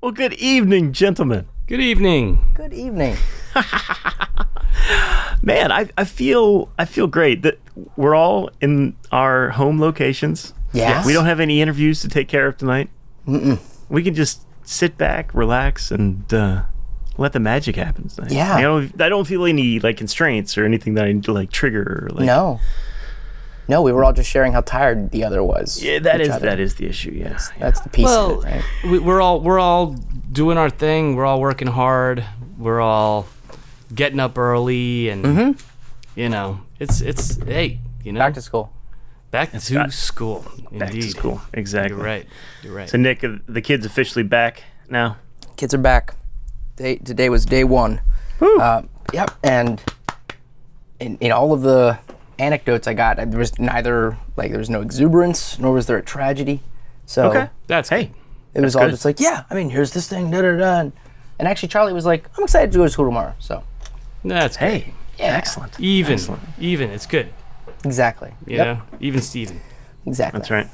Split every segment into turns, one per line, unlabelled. Well, good evening, gentlemen.
Good evening.
Good evening.
Man, I, I feel I feel great that we're all in our home locations.
Yes.
We don't have any interviews to take care of tonight. Mm-mm. We can just sit back, relax, and uh, let the magic happen tonight.
Yeah.
I don't, I don't feel any like constraints or anything that I need to like trigger. Or, like,
No. No, we were all just sharing how tired the other was.
Yeah, that
Each
is
other.
that is the issue. Yeah. yeah.
That's the piece
Well,
of it, right?
we, we're all we're all doing our thing. We're all working hard. We're all getting up early, and
Mm-hmm.
you know, it's it's hey, you know,
Back to school.
back to
got-
school.
Back
indeed.
to school. Exactly.
You're right. You're right.
So Nick, uh, the kid's officially back now.
Kids are back. Day, today was day one. Uh, yep. And in, in all of the anecdotes I got, there was neither, like, there was no exuberance, nor was there a tragedy. So
Okay.
That's
Hey.
it was
that's
all
good.
just like, yeah, I mean, here's this thing, da da da. And- And actually, Charlie was like, I'm excited to go to school tomorrow. So,
good. that's good.
Hey.
Yeah.
Excellent.
even
Excellent.
even. It's good.
exactly.
You
Yep,
know, even Steven.
Exactly.
That's right.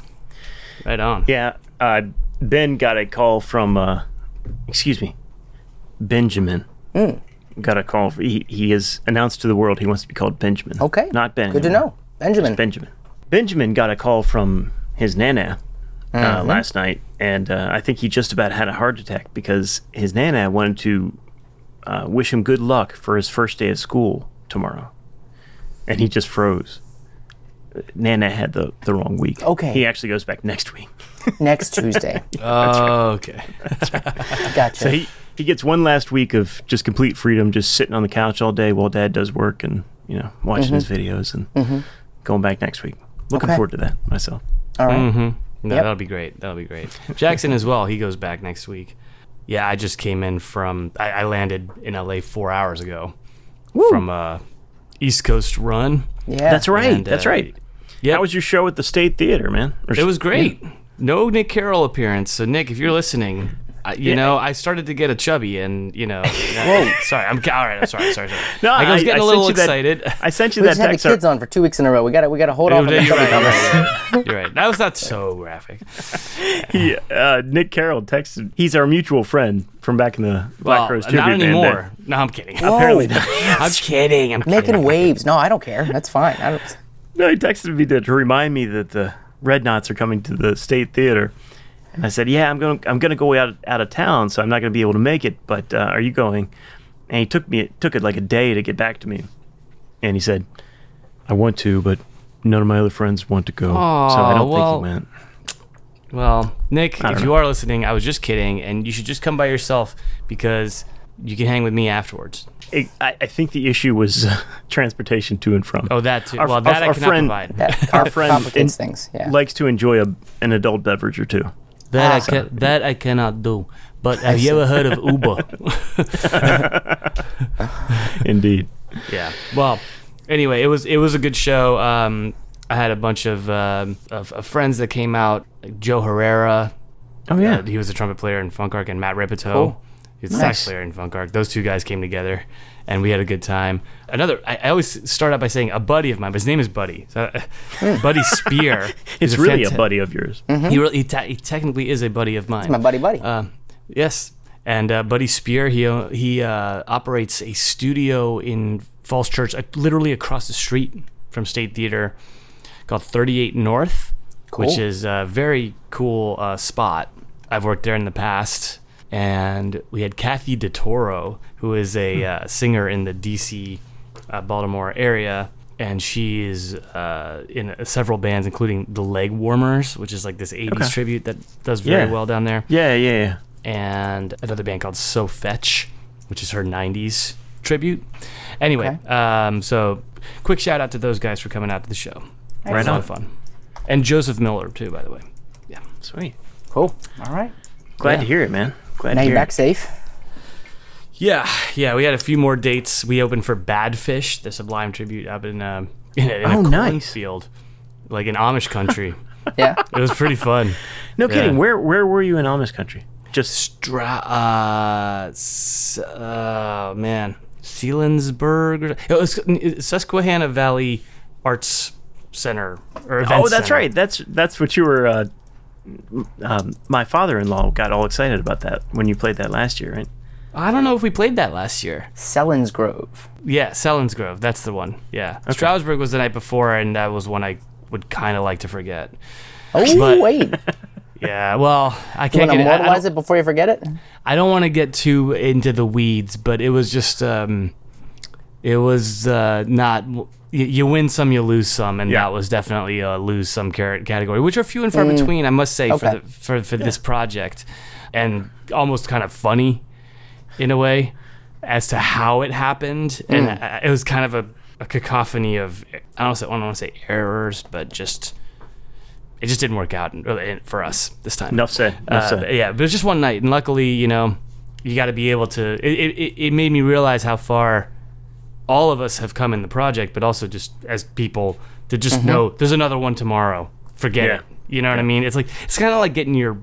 Right on.
Yeah, uh, Ben got a call from, uh, excuse me, Benjamin.
Hmm.
Got a call. For, he, he has announced to the world he wants to be called Benjamin.
Okay.
Not Ben.
Good to
anymore.
know. Benjamin.
Benjamin. Benjamin got a call from his nana uh,
Mm-hmm.
last night, and uh, I think he just about had a heart attack because his nana wanted to uh, wish him good luck for his first day of school tomorrow, and he just froze. Nana had the, the wrong week.
Okay.
He actually goes back next week.
Next Tuesday.
Oh, okay.
Gotcha.
So he he gets one last week of just complete freedom, just sitting on the couch all day while Dad does work and you know watching his videos and going back next week. Looking
Mm-hmm. Okay.
forward to that myself.
All right.
No,
Yep.
that'll be great. That'll be great. Jackson as well. He goes back next week. Yeah, I just came in from. I, I landed in LA four hours ago from uh, East Coast run.
Yeah.
That's right.
And, uh,
that's right.
Yeah,
That was your show at the State Theater, man. Or
it
s-
was great. No Nick Carroll appearance. So Nick, if you're listening, I, you know I started to get a chubby, and you know. Whoa. sorry, I'm all right. I'm sorry. Sorry. sorry.
No,
I was
I-
getting
I
a little
sent you that-
excited.
I sent you
We
that
just had the
text.
kids on for two weeks in a row. We got to we got to hold off on
You're right,
the
you're
chubby comments.
right. You're right. That was not so graphic.
He, uh, Nick Carroll texted. He's our mutual friend from back in the Black
Well,
Rose Tribute
not
Band day.
anymore. No, I'm kidding.
Apparently, not.
I'm kidding. I'm
Making
kidding.
waves. No, I don't care. That's fine. I don't,
No, he texted me to, to remind me that the Red Knots are coming to the State Theater, and I said, "Yeah, I'm going. I'm going to go out out of town, so I'm not going to be able to make it. But uh, are you going?" And he took me. It took it like a day to get back to me, and he said, "I want to, but none of my other friends want to go, so I
Aw,
don't
well-
think he went."
Well, Nick, if
don't
you
know.
are listening, I was just kidding, and you should just come by yourself because you can hang with me afterwards.
It, I, I think the issue was uh, transportation to and from.
Oh, that too.
Our-
well, that
our- our
I cannot
friend-
provide. That,
that
Our
com-
friend
complicates
in-
things. Yeah.
likes to enjoy a, an adult beverage or two.
I can, that I cannot do. But have you ever heard of Uber?
Indeed.
yeah. Well, anyway, it was it was a good show. Um, I had a bunch of, um of of friends that came out. Joe Herrera,
Oh
Uh, he was a trumpet player in Funk Arc, and Matt Ripito, he's a sax player in Funk Arc. Those two guys came together, and we had a good time. Another, I, I always start out by saying a buddy of mine, but his name is Buddy. So, uh, buddy Spear.
It's really a buddy Mm-hmm. of yours.
He really, he, te- he technically is a buddy of mine.
My buddy, buddy.
Uh, yes, and uh, Buddy Spear, he o- he uh, operates a studio in Falls Church, uh, literally across the street from State Theater, called 38 North, which
Cool.
is a very cool uh, spot. I've worked there in the past, and we had Kathy DeToro, who is
Hmm.
a uh, singer in the D.C. Uh, Baltimore area. And she is uh, in several bands, including the Leg Warmers, which is like this '80s
Okay.
tribute that does very
Yeah.
well down there
Yeah, yeah, yeah.
and another band called So Fetch, which is her 90s tribute. Anyway, um, so quick shout out to those guys for coming out to the show.
Right
a lot
on.
of fun. And Joseph Miller, too, by the way.
Sweet.
cool. All right.
Glad
Yeah.
to hear it, man. Glad
Now
to
you're
hear
back
it.
safe.
Yeah, yeah, we had a few more dates. We opened for Badfish, the Sublime tribute up in, um, in a, in a
Oh, nice.
cornfield, like in Amish country.
Yeah.
it was pretty fun.
No kidding.
Yeah.
Where where were you in Amish country? Just
Stra- uh, s- uh, man, Seelandsburg. Or, it was n- Susquehanna Valley Arts Center or Event
oh, that's
Center.
right. That's that's what you were uh, um, my father-in-law got all excited about that when you played that last year, right?
I don't know if we played that last year.
Selins Grove.
Yeah, Selinsgrove. That's the one. Yeah. Stroudsburg was the night before, and that was one I would kind of like to forget.
Oh
But-
wait,
Yeah, well, I
you
can't get
want to
I- I don't-
immortalize it before you forget it?
I don't want to get too into the weeds, but it was just um, it was uh, not you, you win some, you lose some, and
Yeah.
that was definitely a lose some car- category, which are few and far between, I must say,
Okay.
for the, for for this project, and almost kind of funny in a way as to how it happened, and uh, it was kind of a, a cacophony of I don't, say, I don't want to say errors, but just. It just didn't work out in- in- for us this time.
Enough said. Enough
Uh,
said.
but yeah, but it was just one night, and luckily, you know, you got to be able to. It, it, it- it made me realize how far all of us have come in the project, but also just as people to just
Mm-hmm.
know there's another one tomorrow. Forget
Yeah.
it. You know what I mean? It's like it's kind of like getting your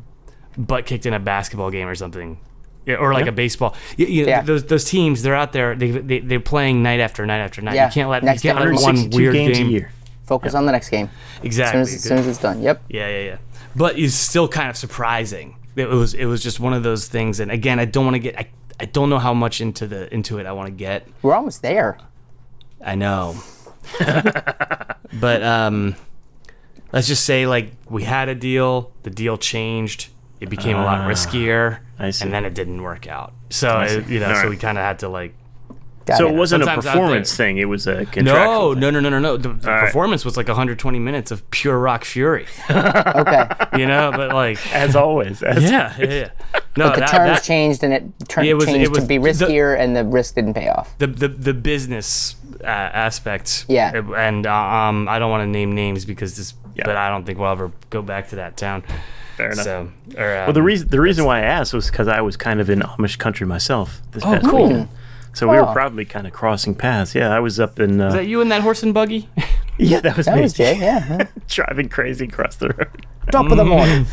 butt kicked in a basketball game or something, Yeah, or like a baseball. You, you know,
Yeah.
those those teams, they're out there. They, they they're playing night after night after night.
Yeah.
You can't let
Next
you can't let one
162
weird
games
game.
a year.
Focus on the next game.
Exactly.
As soon as, as soon as it's done. Yep.
Yeah, yeah, yeah. But it's still kind of surprising. It was it was just one of those things. And again, I don't want to get I, I don't know how much into the into it I want to get.
We're almost there.
I know. but um let's just say like we had a deal, the deal changed, it became a lot riskier,
Ah, I see.
and then it didn't work out. So it, you know,
All
so
right.
we kind of had to like
Got
So
it.
it wasn't a
Sometimes out
performance
there-
thing; it was a contractual.
no, no, no, no, no, no. The, the
right.
performance was like 120 minutes of pure rock fury,
okay.
you know. But like,
as always. As
yeah, yeah, yeah. No,
The
that-
terms
that-
changed and it turned
It was-
changed
it was
to be
the-
riskier, and the risk didn't pay off.
the the, the business uh, aspect.
Yeah.
And uh, um, I don't want to name names because this,
Yeah.
but I don't think we'll ever go back to that town.
Fair enough.
So, or, um,
Well, the reason the reason why I asked was because I was kind of in Amish country myself this past
cool.
weekend, so we were
Oh.
probably kind of crossing paths. Yeah, I was up in. Uh,
Is that you in that horse and buggy?
yeah, that was
That
me
was Jay. Yeah. Mm-hmm.
driving crazy across the road.
Top of the morning.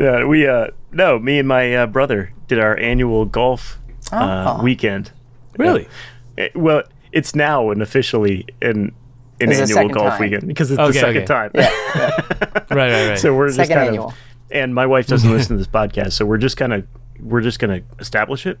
Yeah, we uh no, me and my uh, brother did our annual golf uh,
Oh.
weekend.
Ah. really?
It- well, it's now an officially an an
It's the
annual
second
golf
time.
weekend because it's the
Okay,
second
okay.
time.
Right, right, right.
so we're just
Second
kind
annual.
of and my wife doesn't listen to this podcast so we're just kind of we're just going to establish it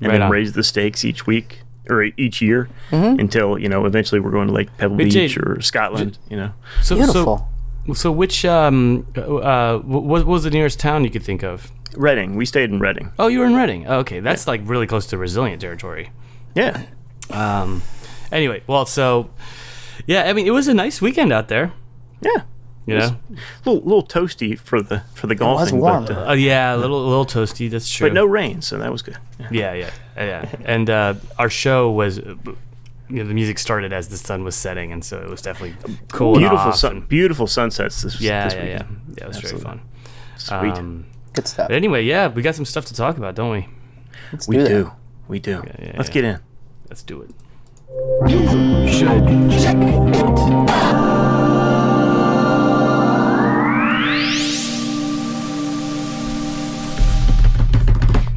and
Right
then
on. Mm-hmm.
raise the stakes each week or e- each year until you know eventually we're going to like pebble
Hey, Jade,
beach or scotland you know
so,
Beautiful.
So, so which um uh what, what was the nearest town you could think of?
reading we stayed in reading
Oh, you were in Reading. Oh, okay, that's like really close to resilient territory.
yeah
Um, anyway, well, so yeah, I mean, it was a nice weekend out there.
yeah
You know,
little, little toasty for the for the golfing
was warm.
but uh,
uh, yeah, a little, a little toasty. That's true.
but no rain so that was good yeah.
Yeah, yeah, yeah. And uh, our show was, uh, b- you know, the music started as the sun was setting, and so it was definitely cool. and
beautiful
off
sun
and-
beautiful sunsets this,
Yeah,
this
yeah, yeah,
weekend
yeah. It was
Absolutely.
very
sweet
fun. Um,
Good stuff.
but anyway, yeah, we got some stuff to talk about, don't we?
Let's
we
do that.
do we do
yeah,
let's
yeah.
get in
Let's do it.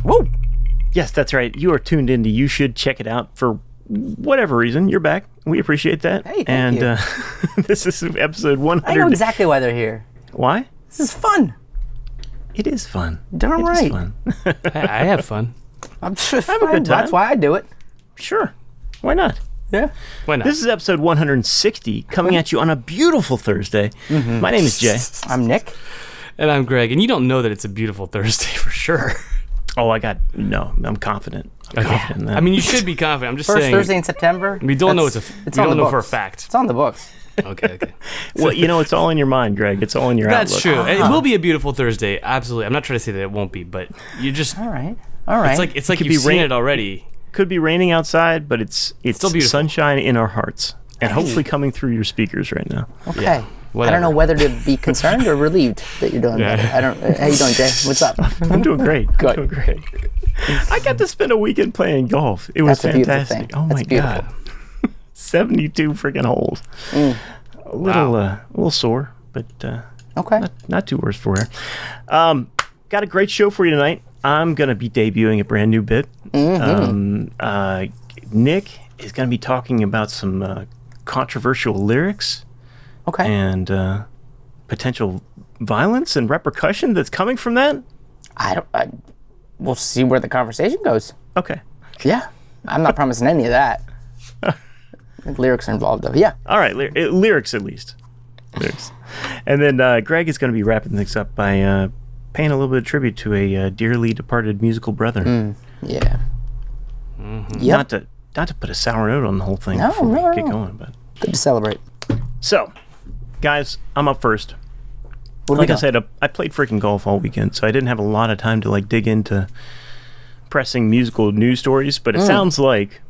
Woo!
Yes, that's right. You are tuned into You Should Check It Out for whatever reason. You're back. We appreciate that.
Hey, thank
and
you.
Uh, this is episode 100.
I know exactly why they're here.
Why?
This is fun.
It is fun.
Darn
It is
right.
fun.
I, I had fun.
I'm just
a good time.
That's why I do it.
Sure. Why not?
Yeah.
Why not?
This is episode 160 coming at you on a beautiful Thursday.
Mm-hmm.
My name is Jay.
I'm Nick.
and I'm Greg, and you don't know that it's a beautiful Thursday for sure.
Oh, I got no. I'm confident. I'm confident in that.
I mean, you should be confident. I'm just
First
saying.
Thursday in September.
we don't know it's a.
That's-
we
on
don't
the
know for a
books.
fact.
It's on the books.
Okay, okay.
well, you know, it's all in your mind, Greg. It's all in your
That's
outlook.
true. It
Uh-huh.
will be a beautiful Thursday. Absolutely. I'm not trying to say that it won't be, but you just
All right. All right.
It's like it's like
could
you've
be
seen
rain-
it already.
Could be raining outside, but it's it's
Still beautiful.
sunshine in our hearts and hopefully coming through your speakers right now.
okay.
yeah,
I don't know
whatever.
whether to be concerned or relieved that you're doing that. I don't. uh, How you doing, Jay? What's up?
I'm doing great.
Good.
I'm doing great. I got to spend a weekend playing golf. It was
That's a beautiful
fantastic.
thing.
Oh my
That's beautiful.
god, seventy-two freaking holes. A little, uh, a little sore, but uh,
Okay.
not too worse for her. Um, got a great show for you tonight. I'm gonna be debuting a brand new bit.
Mm-hmm.
Um, uh, Nick is gonna be talking about some uh, controversial lyrics
Okay.
and uh, potential violence and repercussion that's coming from that?
I don't. I, we'll see where the conversation goes.
Okay.
Yeah, I'm not promising any of that. I think lyrics are involved though. Yeah.
All right, ly- uh, lyrics at least. Lyrics. and then uh, Greg is going to be wrapping things up by uh, paying a little bit of tribute to a uh, dearly departed musical brother.
Yeah. Mm. Yep.
Not to not to put a sour note on the whole thing
No,
before
no,
we get
no.
going, but
Good to celebrate.
so guys, I'm up first.
What do we
Like I
got?
said, I, I played freaking golf all weekend, so I didn't have a lot of time to like dig into pressing musical news stories.
Mm.
But it sounds like,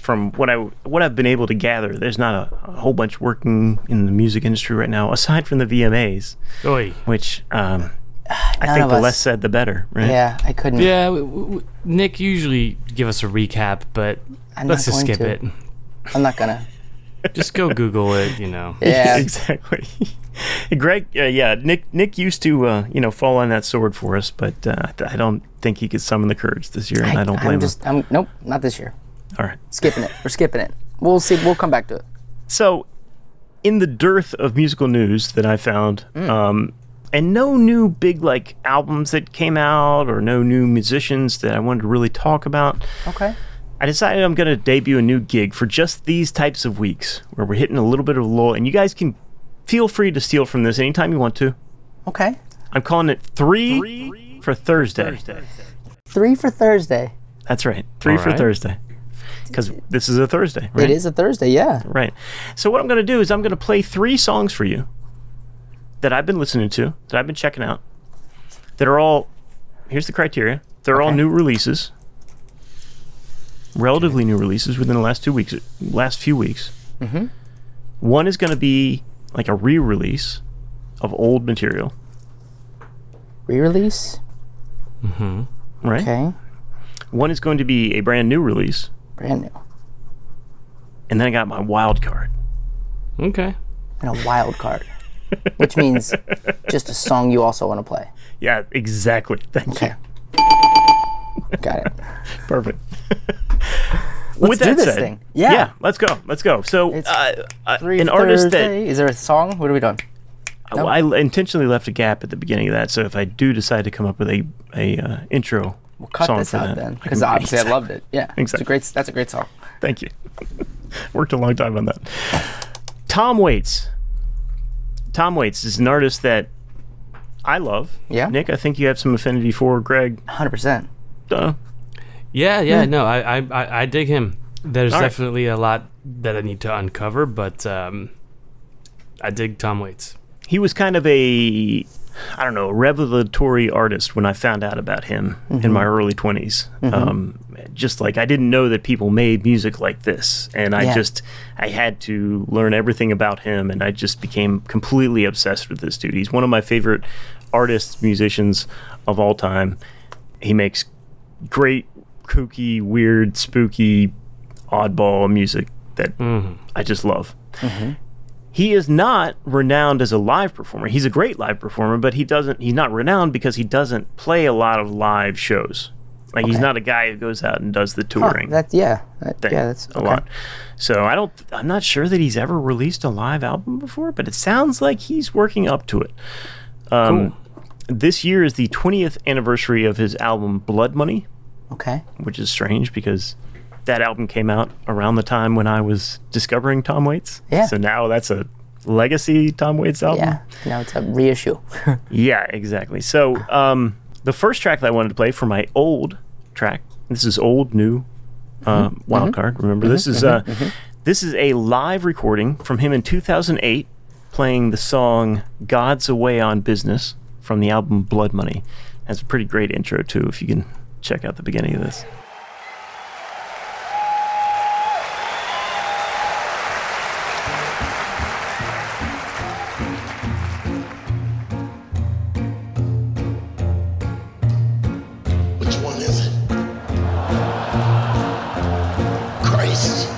from what I what I've been able to gather, there's not a, a whole bunch working in the music industry right now, aside from the VMAs,
Oy.
which um, I
None
think
of
the
us-
less said the better. Right?
Yeah, I couldn't.
Yeah, w- w- w- Nick usually give us a recap, but
I'm
let's
not
just
going
skip it.
to. I'm not gonna.
Just go Google it, you know.
Yeah.
exactly. Greg, uh, yeah, Nick. Nick used to, uh, you know, fall on that sword for us, but uh, I don't think he could summon the courage this year, and I, don't blame
I'm just. I'm nope. Not this year.
him. All right.
Skipping it. We're skipping it. We'll see. We'll come back to it.
So, in the dearth of musical news that I found, um, and no new big like albums that came out, or no new musicians that I wanted to really talk about,
Okay.
I decided I'm going to debut a new gig for just these types of weeks where we're hitting a little bit of a lull, and you guys can feel free to steal from this anytime you want to.
Okay.
I'm calling it three, for Thursday.
Three for Thursday.
That's right, three
All
for
right.
Thursday, because this is a Thursday, right?
It is a Thursday. Yeah.
Right. So what I'm going to do is I'm going to play three songs for you that I've been listening to, that I've been checking out, that are all. Here's the criteria. They're all
Okay.
new releases, relatively new releases within the last two weeks, last few weeks. Mm-hmm. One is going to be like a re-release of old material,
Re-release.
right?
Okay.
One is going to be a brand new release,
Brand new.
and then I got my wild card.
Okay.
And a wild card, which means just a song you also want to play.
Yeah, exactly. Thank
Okay. Got it.
you. Perfect. With
do
that
this
said,
thing. Yeah.
let's go. Let's go. So,
It's
uh, uh,
Three
an artist that
Thursday. Is there a song? What are we doing?
I I intentionally left a gap at the beginning of that, so if I do decide to come up with a a uh, intro we'll
Cut
song
this
for
out
that,
then,
I
because
can-
obviously I loved it. Yeah. It's
Exactly.
a great. That's a great song.
Thank you. Worked a long time on that. Tom Waits. Tom Waits is an artist that I love.
Yeah.
Nick, I think you have some affinity for Greg.
Hundred percent.
Duh.
Yeah, yeah,
Hmm.
no, I, I, I, I dig him. There's
All right.
definitely a lot that I need to uncover, but um, I dig Tom Waits.
He was kind of a I don't know revelatory artist when I found out about him in my early 20s Um, just like I didn't know that people made music like this, and I
Yeah.
just I had to learn everything about him, and I just became completely obsessed with this dude. He's one of my favorite artists, musicians of all time. He makes great, kooky, weird, spooky, oddball music that I just love.
Mm-hmm.
He is not renowned as a live performer. He's a great live performer, but he doesn't. He's not renowned because he doesn't play a lot of live shows. Like he's
Okay.
not a guy who goes out and does the
Huh,
touring
that yeah. That,
thing
yeah. That's
a lot. So I don't. I'm not sure that he's ever released a live album before, but it sounds like he's working up to it. Um, This year is the 20th anniversary of his album Blood Money,
Okay.
which is strange because that album came out around the time when I was discovering Tom Waits.
Yeah.
So now that's a legacy Tom Waits album.
Yeah. Now it's a reissue.
Yeah, exactly. So um, the first track that I wanted to play for my old track. This is old, new, uh,
Mm-hmm.
wild card. Remember, this is uh, this is a live recording from him in 2008, playing the song "God's Away on Business" from the album Blood Money. That's a pretty great intro too. If you can check out the beginning of this.
Which one is it? Christ.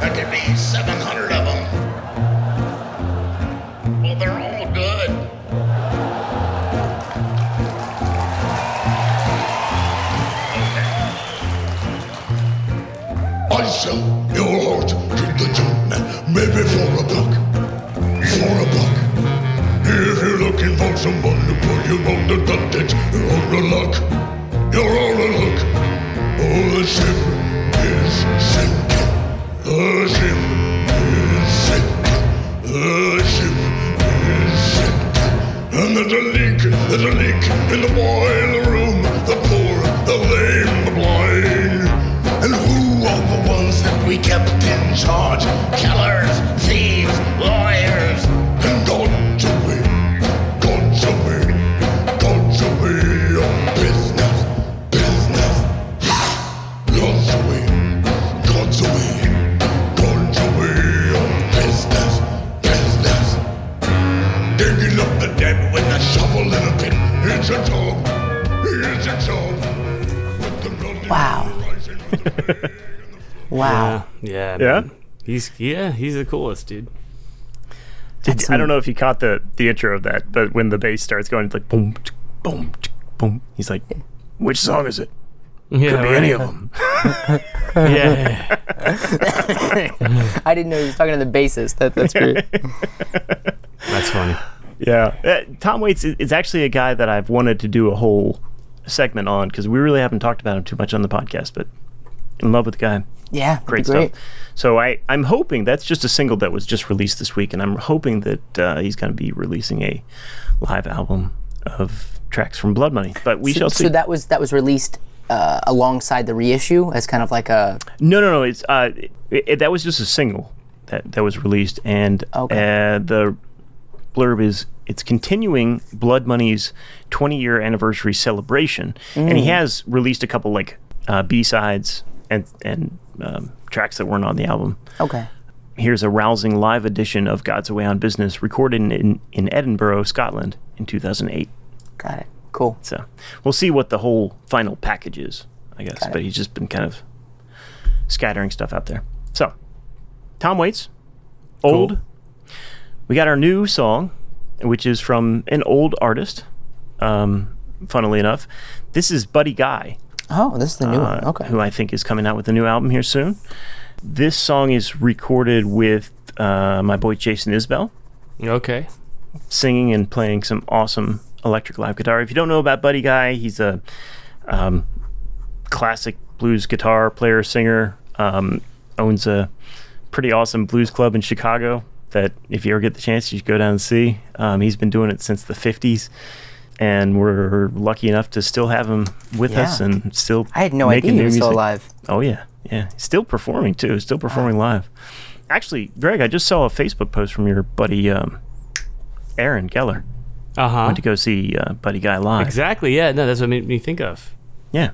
That could be 700 of them. Well, they're all good. I sell your heart to the gentleman, maybe for a buck. For a buck. If you're looking for someone to put you on the content, you're out of luck. You're out of luck. Oh, the ship is sinking. The ship is sinking. The ship is sinking. And there's a leak, there's a leak in the boiler room. The poor, the lame, the blind. And who are the ones that we kept in charge? Killers, thieves, lawyers, and God's away, God's away, God's away on business, business. God's away, God's away, God's away on business, business. Digging up the dead with a shovel and a pin. It's a job, it's a job. With the blood
Wow.
rising with the rain and the
Wow.
Yeah.
Yeah?
man. He's yeah, he's the coolest dude.
Did,
That's
I don't
some-
know if you caught the the intro of that, but when the bass starts going, it's like boom, tsk, boom, tsk, boom. He's like, which song is it?
Yeah,
Could be any of them.
Yeah.
I didn't know he was talking to the bassist. That, that's great.
That's funny.
Yeah, Uh, Tom Waits is, is actually a guy that I've wanted to do a whole segment on because we really haven't talked about him too much on the podcast, but in love with the guy.
Yeah, that'd be
great,
great.
stuff. So I, I'm hoping that's just a single that was just released this week, and I'm hoping that uh, he's going to be releasing a live album of tracks from Blood Money. But we
So,
shall see.
so that was that was released uh, alongside the reissue as kind of like a
no, no, no. It's uh, it, it- that was just a single that that was released, and
Okay.
uh, the blurb is it's continuing Blood Money's 20 year anniversary celebration, and
Mm.
he has released a couple like uh, B sides and and um, tracks that weren't on the album.
okay.
Here's a rousing live edition of God's Away on Business recorded in, in Edinburgh, Scotland in 2008.
Got it. Cool.
So we'll see what the whole final package is, I guess.
it.
But he's just been kind of scattering stuff out there. So, Tom Waits, old. We got our new song, which is from an old artist, um, funnily enough. This is Buddy Guy
Oh, this is the new one.
uh,
Okay.
who I think is coming out with a new album here soon. This song is recorded with uh, my boy Jason Isbell
Okay.
singing and playing some awesome electric live guitar. If you don't know about Buddy Guy, he's a um, classic blues guitar player, singer, um, owns a pretty awesome blues club in Chicago that if you ever get the chance, you should go down and see. Um, he's been doing it since the 50s. And we're lucky enough to still have him with
Yeah.
us and still
I had no
making
idea he
new
was still
music.
alive.
Oh yeah, yeah. Still performing too. Still performing live. Actually, Greg, I just saw a Facebook post from your buddy um, Aaron Geller
Uh huh.
to go see uh, Buddy Guy live.
Exactly. Yeah. No, that's what made me think of.
Yeah,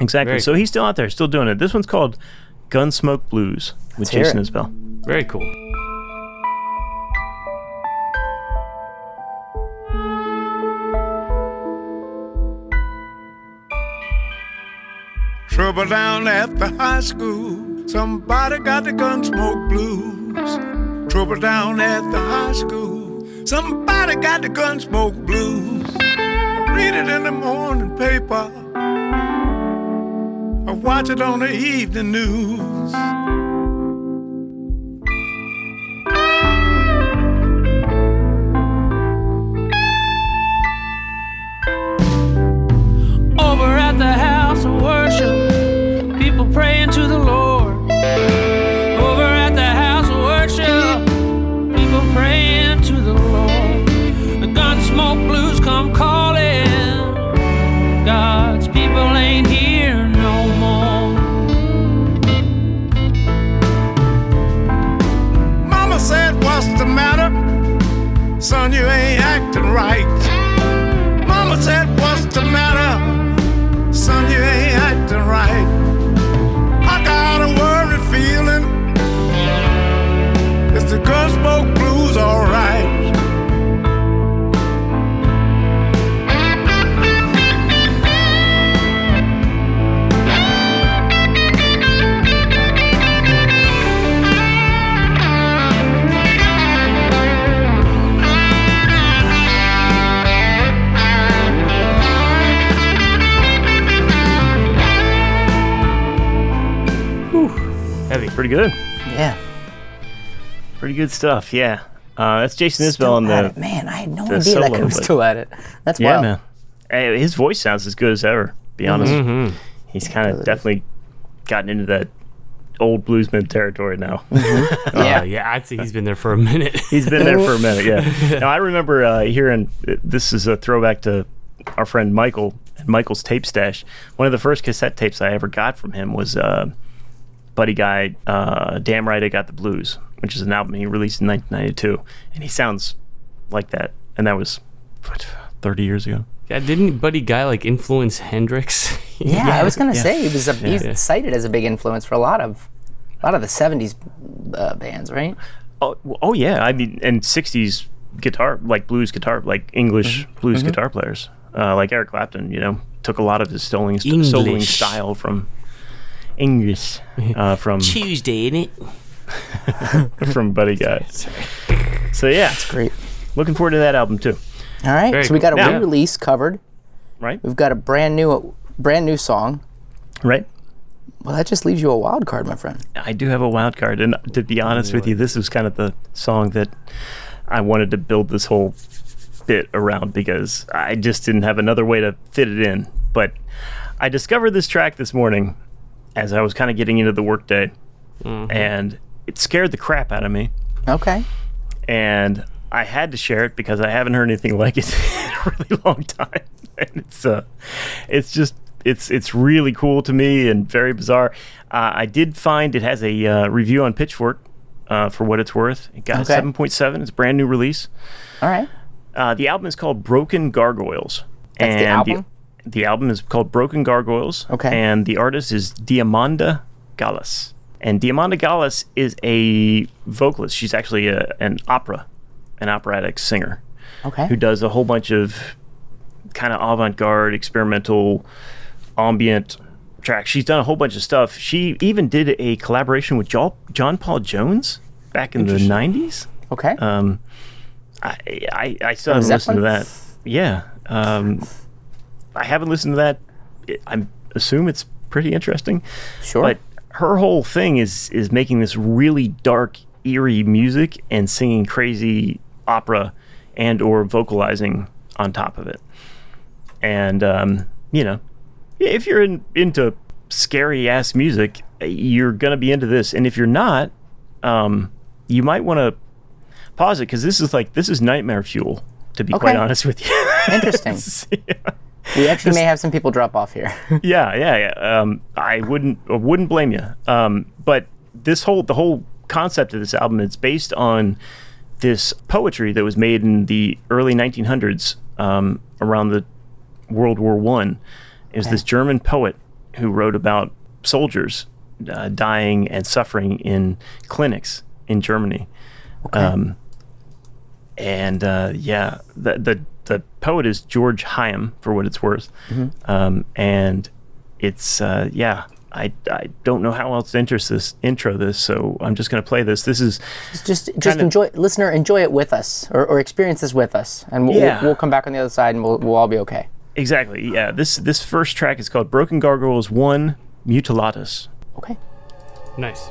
exactly.
Very
so
cool.
he's still out there, still doing it. This one's called Gunsmoke Blues with
hear
Jason
it.
Isbell.
Very cool.
Trouble down at the high school. Somebody got the gun smoke blues. Trouble down at the high school. Somebody got the gun smoke blues. I read it in the morning paper. I watch it on the evening news.
over at the house of worship. People praying to the Lord. Over at the house of worship. People praying to the Lord. The gunsmoke blues come calling. God's people ain't here no more.
Mama said, What's the matter? Son, you ain't acting right. Mama said, What's the matter? Son, you ain't acting right. I got a worried feeling. It's the gunsmoke blues, alright.
Heavy.
Pretty good.
Yeah.
Pretty good stuff. Yeah. Uh, that's Jason Isbell
Still
on
at
the.
it. Man, I had no
the
idea
solo,
that guy was
but-
still at it. That's
Yeah,
wild.
man. Hey, his voice sounds as good as ever. Be
Mm-hmm.
honest.
Mm-hmm.
He's kind of
is.
definitely gotten into that old bluesman territory now.
Yeah.
Uh, yeah, I'd say he's been there for a minute.
He's been there for a minute. Yeah. Now I remember uh, hearing this is a throwback to our friend Michael and Michael's tape stash. One of the first cassette tapes I ever got from him was uh, Buddy Guy. Uh, Damn right, I got the blues, which is an album he released in 1992, and he sounds like that. And that was what, 30 years ago.
yeah, didn't Buddy Guy like influence Hendrix?
Yeah, I was gonna say he was a, he's
Yeah.
cited as a big influence for a lot of a lot of the '70s uh, bands, right?
Oh, w- oh yeah. I mean, and '60s guitar, like blues guitar, like English blues guitar players, uh, like Eric Clapton. You know, took a lot of his soloing, st- soloing
English.
style from English, uh, from
Tuesday, innit?
from Buddy Guy. So yeah,
Great.
looking forward to that album too.
All right,
Very
so we got a
cool. Yeah.
re-release covered.
Right,
We've got a brand new brand new song.
right.
Well, that just leaves you a wild card, my friend.
I do have a wild card, and to be honest with you, this was kind of the song that I wanted to build this whole bit around because I just didn't have another way to fit it in. But I discovered this track this morning as I was kind of getting into the workday, and it scared the crap out of me.
Okay.
And I had to share it because I haven't heard anything like it in a really long time. And it's uh, it's just it's it's really cool to me and very bizarre. Uh, I did find it has a uh, review on Pitchfork. Uh, for what it's worth, it got
Okay.
a 7.7. It's a brand new release.
All right.
Uh, the album is called Broken Gargoyles.
That's the album?
The, album is called Broken Gargoyles.
Okay.
And the artist is Diamanda Gallas. And Diamanda Gallas is a vocalist. She's actually a, an opera, an operatic singer
Okay.
who does a whole bunch of kind of avant-garde, experimental, ambient tracks. She's done a whole bunch of stuff. She even did a collaboration with Jo- John Paul Jones back in the 90s.
Okay.
Um, I, I, I still haven't listened to
Zeppelin?
that. Yeah. Um, I haven't listened to that. I- I assume it's pretty interesting.
sure.
But her whole thing is is making this really dark, eerie music and singing crazy opera and or vocalizing on top of it. And um, you know, if you're in, into scary ass music, you're gonna be into this. And if you're not, um, you might want to pause it because this is like this is nightmare fuel. To be quite
Okay.
honest with you.
Interesting. We actually may have some people drop off here.
Yeah, yeah, yeah. Um, I wouldn't I wouldn't blame you. Um, but this whole the whole concept of this album it's based on this poetry that was made in the early 1900s um, around the World War One. It was this German poet who wrote about soldiers uh, dying and suffering in clinics in Germany. Um, and uh, yeah, the, the the poet is George Chaim, for what it's worth. Um, and it's uh, yeah, I, I don't know how else to intro this intro this, so I'm just gonna play this. This is
just just
Kinda-
enjoy, listener, enjoy it with us or, or experience this with us, and we'll,
Yeah.
we'll, we'll come back on the other side, and we'll, we'll all be okay.
exactly yeah. This this first track is called Broken Gargoyles One Mutilatus.
Okay.
Nice.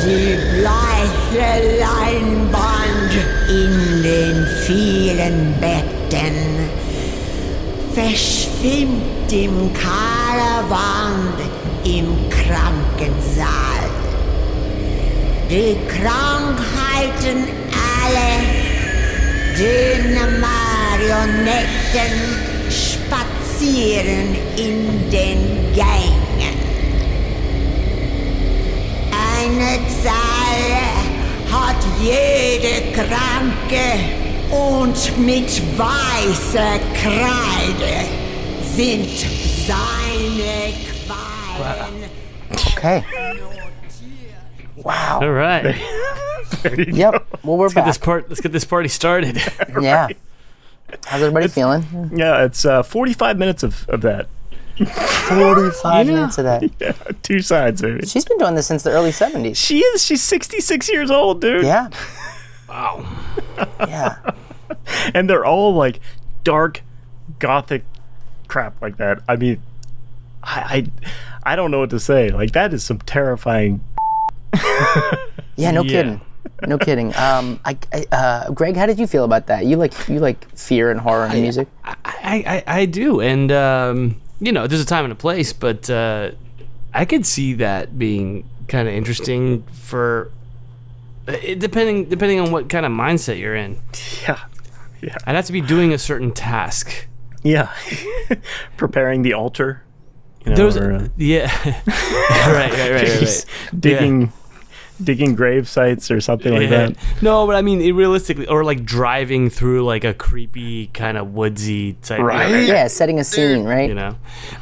Die bleiche Leinwand in den vielen Betten verschwimmt im Karawand im Krankensaal. Die Krankheiten alle denen man Marionetten spazieren in den Gängen. Eine Zahl hat jede Kranke und mit weißer Kreide sind seine Qualen.
Okay.
All
Wow.
right.
Yep. Well, we're
Get
back.
this part. Let's get this party started.
Yeah. How's everybody feeling?
Yeah, it's uh, 45 minutes of, of that.
45 minutes of that.
Yeah, two sides of it.
She's been doing this since the early 70s.
She is. She's 66 years old, dude.
Yeah. Wow. Yeah.
And they're all like dark, gothic crap like that. I mean, I, I, I don't know what to say. Like, that is some terrifying.
Yeah, no
Yeah.
kidding. No kidding. Um, I, I, uh, Greg, how did you feel about that? You like you like fear and horror in music.
I, I, I do, and um, you know, there's a time and a place, but uh, I could see that being kind of interesting for uh, it, depending depending on what kind of mindset you're in.
Yeah.
I'd have to be doing a certain task.
Yeah. Preparing the altar. You know,
There was,
or, uh,
yeah, right, right, right, right. right.
digging. Digging grave sites or something like
Yeah.
that.
No, but I mean, it realistically, or like driving through like a creepy kind of woodsy type,
Right?
Yeah, setting a scene, right?
you know,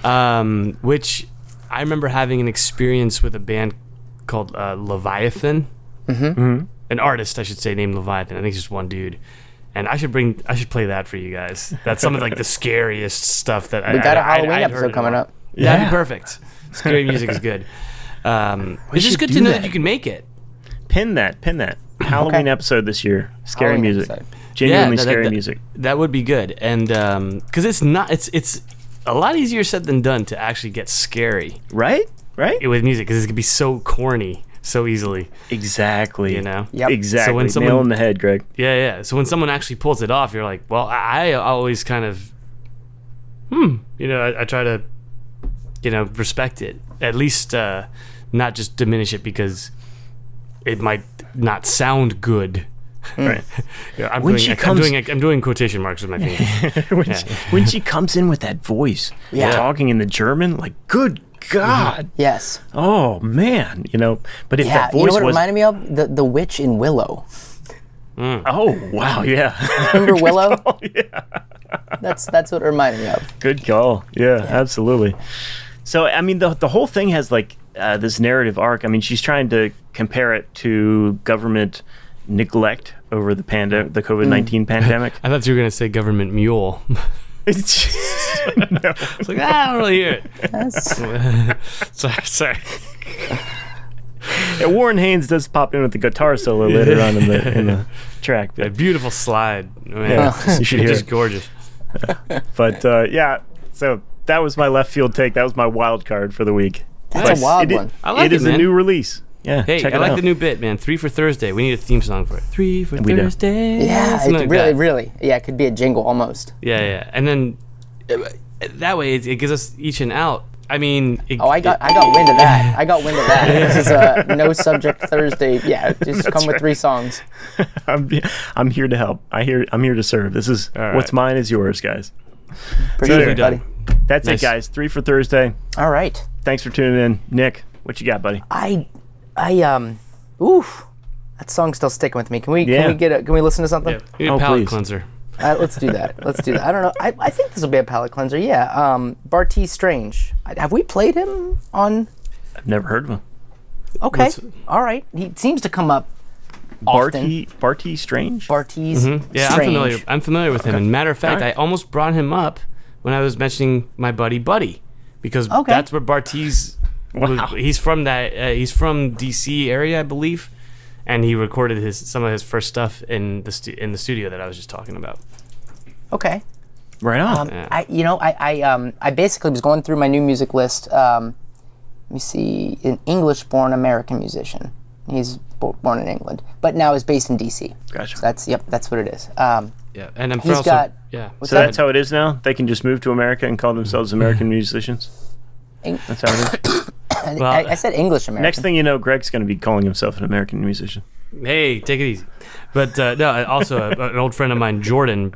um, which I remember having an experience with a band called uh, Leviathan, mm-hmm. an artist I should say named Leviathan. I think it's just one dude. And I should bring, I should play that for you guys. That's some of like the scariest stuff that I
We got
a
a Halloween episode coming up.
That'd
Yeah.
be perfect. Scary music is good. Um, it's just
should
good
do
to know
that.
that you can make it.
Pin that. Pin that. Halloween episode this year. Scary
Halloween
music.
episode.
Genuinely
that- that-
scary
that-
music.
That would be good, and because it's not, it's it's a lot easier said than done to actually get scary
Right? Right?
with music because it could be so corny so easily,
Exactly.
you know.
Yep.
Exactly.
So when
Nail
someone-
on the head, Greg.
Yeah, yeah. So when someone actually pulls it off, you're like, well, I, I always kind of, hmm, you know, I, I try to, you know, respect it at least, uh, not just diminish it because it might not sound good.
Right.
Yeah, I'm,
When
doing,
she
I'm
comes-
doing I'm doing quotation marks with my fingers.
when, she, when she comes in with that voice,
Yeah.
talking in the German, like, good God.
Yes.
Oh, man. You know, but if
Yeah.
that
You know
voice
what it
was.
reminded me of? The the witch in Willow.
oh, wow. Yeah. Oh,
Remember Willow?
yeah.
That's that's what it reminded me of.
Good call. Yeah, absolutely. So, I mean, the, the whole thing has like uh, this narrative arc. I mean, she's trying to compare it to government neglect over the panda the
Mm.
covid-19 pandemic
I thought you were gonna say government mule.
No.
It's like ah, I don't really hear it.
That's,
sorry, sorry.
Yeah, Warren Haynes does pop in with the guitar solo later on in the in the track,
A
but,
beautiful slide. Man.
Yeah, you should hear
just
it.
gorgeous.
but uh, yeah. So that was my left field take. That was my wild card for the week.
that's a wild
It i-
one.
I like
it
it,
is a
man.
new release. Yeah,
Hey,
check
I
it
like
out.
the new bit, man. Three for Thursday. We need a theme song for it. Three for
We do.
Thursday.
Yeah.
Something
It,
like
really,
that.
really. Yeah. It could be a jingle almost.
Yeah, yeah. And then uh, that way it, it gives us each an out. I mean, it,
Oh, I got I got wind of that. I got wind of that. This is a no subject Thursday. Yeah. Just come with three songs.
I'm, I'm here to help. I here I'm here to serve. This is
right.
what's mine is yours, guys.
Appreciate
Beautifully
it, buddy.
That's
Nice.
it, guys. Three for Thursday.
All right.
Thanks for tuning in, Nick. What you got, buddy?
I, I um, oof, that song's still sticking with me. Can we
Yeah.
can we get a, can we listen to something?
we need a
Oh,
palate
please.
cleanser.
Uh, let's do that. Let's do that. I don't know. I, I think this will be a palate cleanser. Yeah. Um, Barty Strange. I- Have we played him on?
I've never heard of him.
Okay.
Let's-
All right. He seems to come up.
Barty Barty Strange.
Barty's
Mm-hmm. Yeah,
Strange.
I'm familiar. I'm familiar with him. And matter of fact, I almost brought him up when I was mentioning my buddy Buddy, because
Okay.
that's where Bartiz.
Wow.
was- he's from that. Uh, he's from DC area, I believe, and he recorded his some of his first stuff in the stu- in the studio that I was just talking about.
Okay.
right on.
Um, I you know I I um I basically was going through my new music list. Um, let me see, an English-born American musician. He's bo- born in England, but now is based in D.C.
Gotcha.
So that's yep, that's what it is. Um,
Yeah, and I'm
He's
also,
got-
yeah.
so that's how it is now. They can just move to America and call themselves American musicians.
Eng-
That's how it is.
I,
Well-
I, I said English American.
Next thing you know, Greg's going to be calling himself an American musician.
Hey, take it easy. But uh, no, also uh, an old friend of mine, Jordan,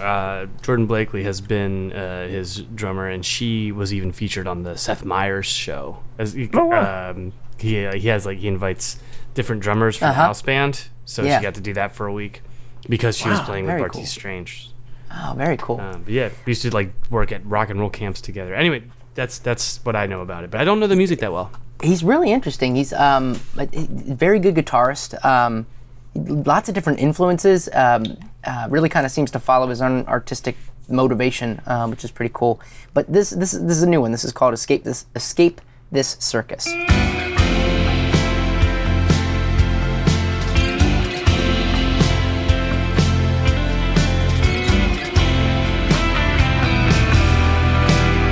uh, Jordan Blakely has been uh, his drummer, and she was even featured on the Seth Meyers show. As he,
Oh, wow.
um, he, he has like he invites different drummers from
Uh-huh.
the house band, so
Yeah.
she got to do that for a week because she was
Wow,
playing with
very
Barty
cool.
Strange.
Oh, very cool.
Um, but yeah, we used to like work at rock and roll camps together. Anyway, that's that's what I know about it, but I don't know the music that well.
he's really interesting. He's um, a a very good guitarist. Um, lots of different influences. Um, uh, really kind of seems to follow his own artistic motivation, um, which is pretty cool. But this this this is a new one. This is called Escape This Escape This Circus.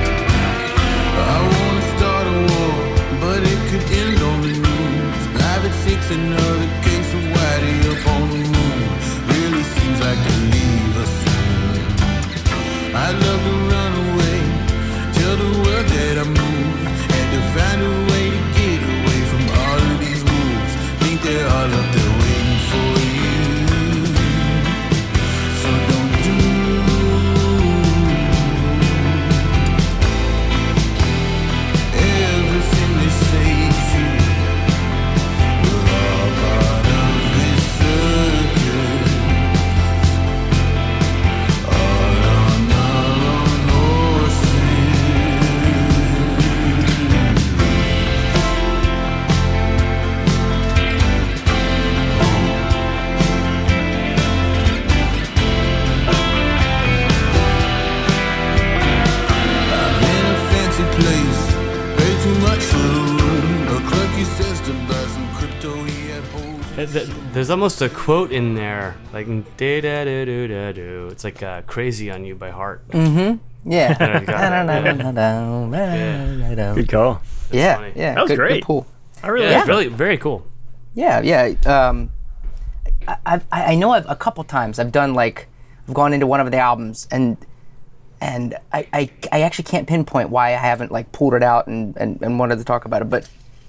I wanna start a war, but it could end on the news. Live at six, another case of Whitey up on the moon. Really seems like I leave us soon. I'd love to run away, tell the world that I moved, and to find a way to get away from all of these rules. Think they're all up there waiting for you. So don't do Everything they say is true. We're all part of this circus. All on our own horses. In a fancy place, pay too much for the room. A clerk he says to buy some crypto, he had holes.
Uh, Th- th- There's almost a quote in there, like da da da do da do. It's like uh, "Crazy on You" by Heart.
Yeah.
you got that,
yeah.
Good call.
Yeah.
funny.
Yeah.
That was
good,
great.
Good pool.
I really
Yeah,
like
it's really very cool.
Yeah, yeah. Um, I, I've- I I know I've a couple times I've done like I've gone into one of the albums and and I, I, I actually can't pinpoint why I haven't like pulled it out and, and, and wanted to talk about it. But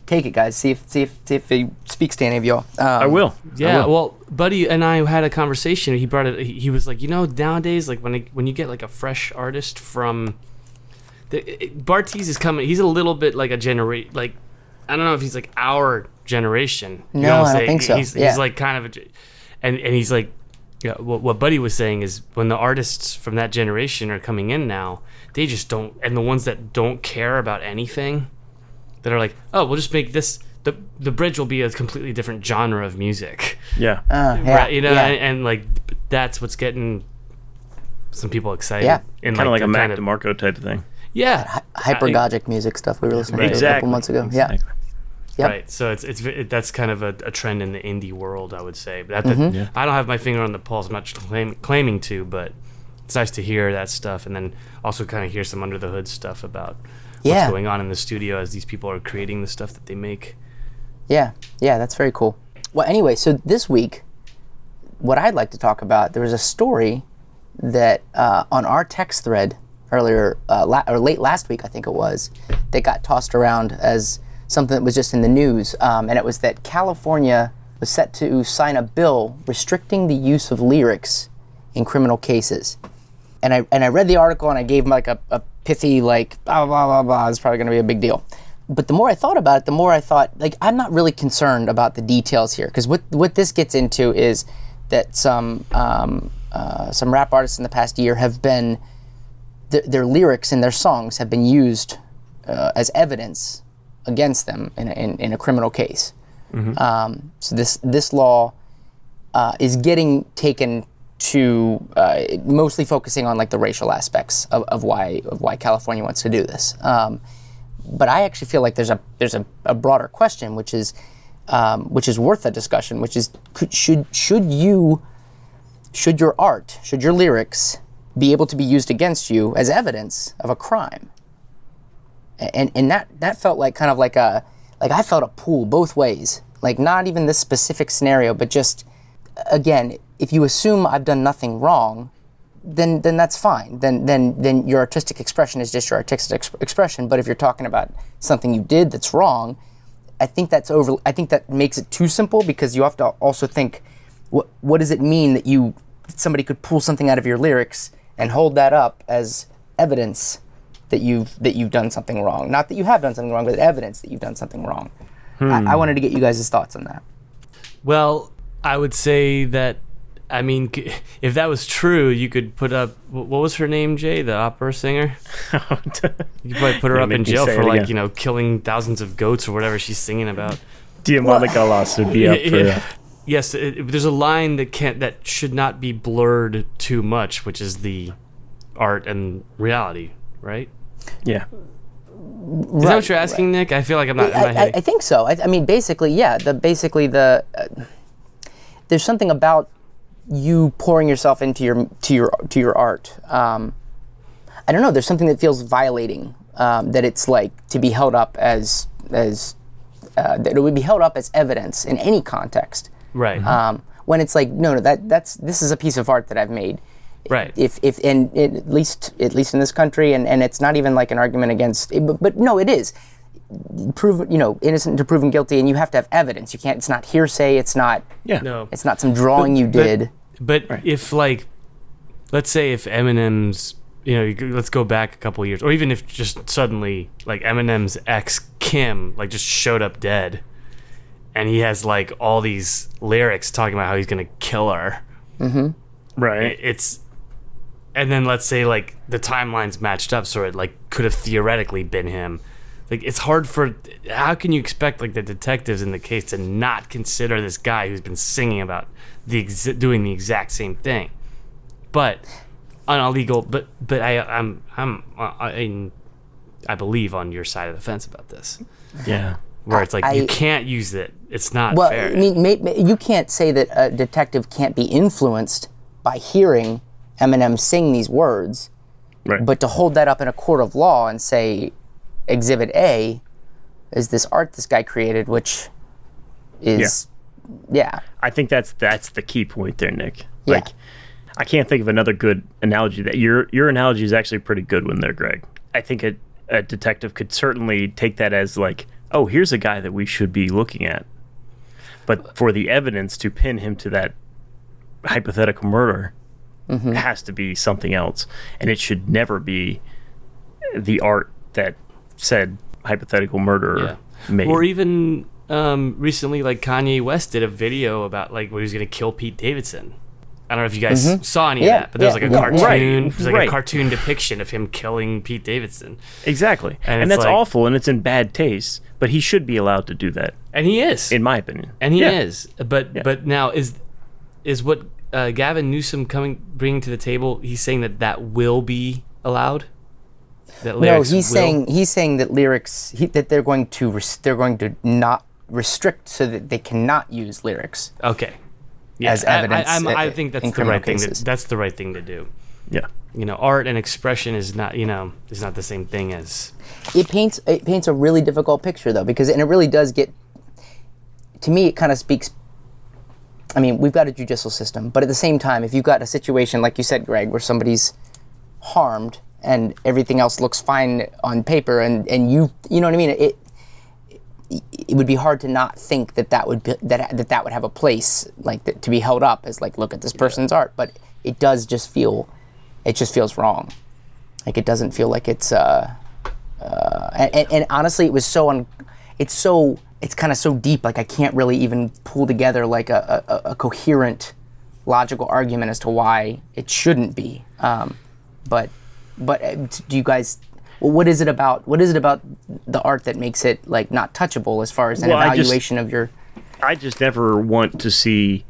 take it, guys. See if see if see if it speaks to any of y'all. Um,
I will.
Yeah, well, Buddy and I had a conversation. He brought it. He, he was like, you know, nowadays, like when I, when you get like a fresh artist from, the, it, Bartiz is coming. He's a little bit like a generate. Like, I don't know if he's like our generation. You
No,
know what I'm
I don't
saying?
think so.
He's,
Yeah.
he's like kind of a, ge- and and he's like, yeah, what, what Buddy was saying is when the artists from that generation are coming in now, they just don't. And the ones that don't care about anything, that are like, oh, we'll just make this. The, the bridge will be a completely different genre of music.
Yeah.
Uh, yeah,
right, you know,
yeah.
and, and like that's what's getting some people excited.
Yeah.
in
kind of like
the
a Mac
kind of-
DeMarco type of thing.
Yeah,
hypergogic music stuff we were listening to a
Exactly.
couple months ago. Yeah,
Exactly.
Yep.
Right. So it's it's ve- it, that's kind of a, a trend in the indie world, I would say. But that,
Mm-hmm.
that- I don't have my finger on the pulse. I'm not claim, claiming to, but it's nice to hear that stuff, and then also kind of hear some under the hood stuff about
Yeah.
what's going on in the studio as these people are creating the stuff that they make.
yeah, yeah. That's very cool. Well, anyway, so this week, what I'd like to talk about there was a story that uh, on our text thread earlier uh, la- or late last week, I think it was, that got tossed around as something that was just in the news, um, and it was that California was set to sign a bill restricting the use of lyrics in criminal cases. And I and I read the article and I gave him like a, a pithy like blah blah blah blah. It's probably going to be a big deal. But the more I thought about it, the more I thought like I'm not really concerned about the details here because what what this gets into is that some um, uh, some rap artists in the past year have been th- their lyrics in their songs have been used uh, as evidence against them in a, in, in a criminal case. Um, so this this law uh, is getting taken to uh, mostly focusing on like the racial aspects of, of why of why California wants to do this. Um, but I actually feel like there's a there's a, a broader question, which is um, which is worth a discussion, which is could, should should you should your art should your lyrics be able to be used against you as evidence of a crime? and and that that felt like kind of like a like I felt a pull both ways. Like not even this specific scenario, but just again, if you assume I've done nothing wrong, then then that's fine. Then then then your artistic expression is just your artistic ex- expression. But if you're talking about something you did that's wrong, I think that's over. I think that makes it too simple because you have to also think, what what does it mean that you that somebody could pull something out of your lyrics and hold that up as evidence that you've that you've done something wrong. Not that you have done something wrong, but evidence that you've done something wrong. I, I wanted to get you guys' thoughts on that.
Well, I would say that. I mean, c- if that was true, you could put up. wh- What was her name, Jay, the opera singer? You could probably put her
Yeah,
up
make
in
me
jail
say
for
it
like
again.
you know killing thousands of goats or whatever she's singing about.
Dia Monica Loss would be up for uh, that.
Yes, it, it- there's a line that can't that should not be blurred too much, which is the art and reality, right?
Yeah.
Is that what you're asking, Nick? I feel like I'm not. I'm not
I, I,
hitting-
I think so. I, I mean, basically, yeah. The basically the uh, there's something about you pouring yourself into your to your to your art. Um, I don't know. There's something that feels violating. Um, that it's like to be held up as as uh, that it would be held up as evidence in any context.
right,
Um, when it's like, no, no, that that's this is a piece of art that I've made
right.
if if and it, at least at least in this country and and it's not even like an argument against eh, but, but no it is prove you know innocent to proven guilty and you have to have evidence you can't it's not hearsay it's not
Yeah.
no,
it's not some drawing you
But-
did
But if like, let's say if Eminem's, you know, you go- let's go back a couple years, or even if just suddenly like Eminem's ex Kim like just showed up dead, and he has like all these lyrics talking about how he's gonna kill her.
Right.
It's, and then let's say like the timelines matched up, so it like could have theoretically been him. Like it's hard for how can you expect like the detectives in the case to not consider this guy who's been singing about the exa- doing the exact same thing but on a legal but but I I'm I'm uh, I, in- I believe on your side of the fence about this
Yeah.
where it's like
I-
you can't use it it's not
well
fair
I mean may, may- you can't say that a detective can't be influenced by hearing Eminem sing these words
Right.
but to hold that up in a court of law and say exhibit A is this art this guy created which is yeah.
I think that's that's the key point there, Nick.
Yeah.
Like I can't think of another good analogy that your your analogy is actually pretty good one there, Greg. I think a, a detective could certainly take that as like, oh, here's a guy that we should be looking at. But for the evidence to pin him to that hypothetical murder has to be something else. And it should never be the art that said hypothetical murderer
Yeah.
made.
or even um, recently like Kanye West did a video about like where he was gonna kill Pete Davidson. I don't know if you guys saw any
Mm-hmm. Yeah,
of that, but there was
yeah,
like a
yeah,
cartoon,
yeah. Right,
it was like
right.
a cartoon depiction of him killing Pete Davidson,
Exactly. And,
And it's
that's
like-
awful and it's in bad taste, but he should be allowed to do that,
and he is,
in my opinion.
and he
Yeah.
is. But but now is is what uh, Gavin Newsom coming bringing to the table? He's saying that that will be allowed. That
No,
lyrics
he's
will-
saying he's saying that lyrics he, that they're going to res- they're going to not restrict so that they cannot use lyrics.
okay. Yeah,
as
I- I-
evidence
I'm-
i-
I,
i-
think
in
that's the
criminal
right thing. To,
cases.
that's the right thing to do.
Yeah.
you know, art and expression is not, you know, is not the same thing as
It paints it paints a really difficult picture though because and it really does get to me it kind of speaks I mean, we've got a judicial system, but at the same time, if you've got a situation like you said, Greg, where somebody's harmed and everything else looks fine on paper and and you you know what I mean, it it would be hard to not think that that would be, that that that would have a place like that, to be held up as like look at this person's art but it does just feel it just feels wrong like it doesn't feel like it's uh, uh and, and, and honestly it was so un, it's so it's kind of so deep like I can't really even pull together like a, a, a coherent logical argument as to why it shouldn't be um, but but uh, t- do you guys well, what is it about what is it about the art that makes it like not touchable as far as an
Well, I just-
evaluation of your
I just never want to see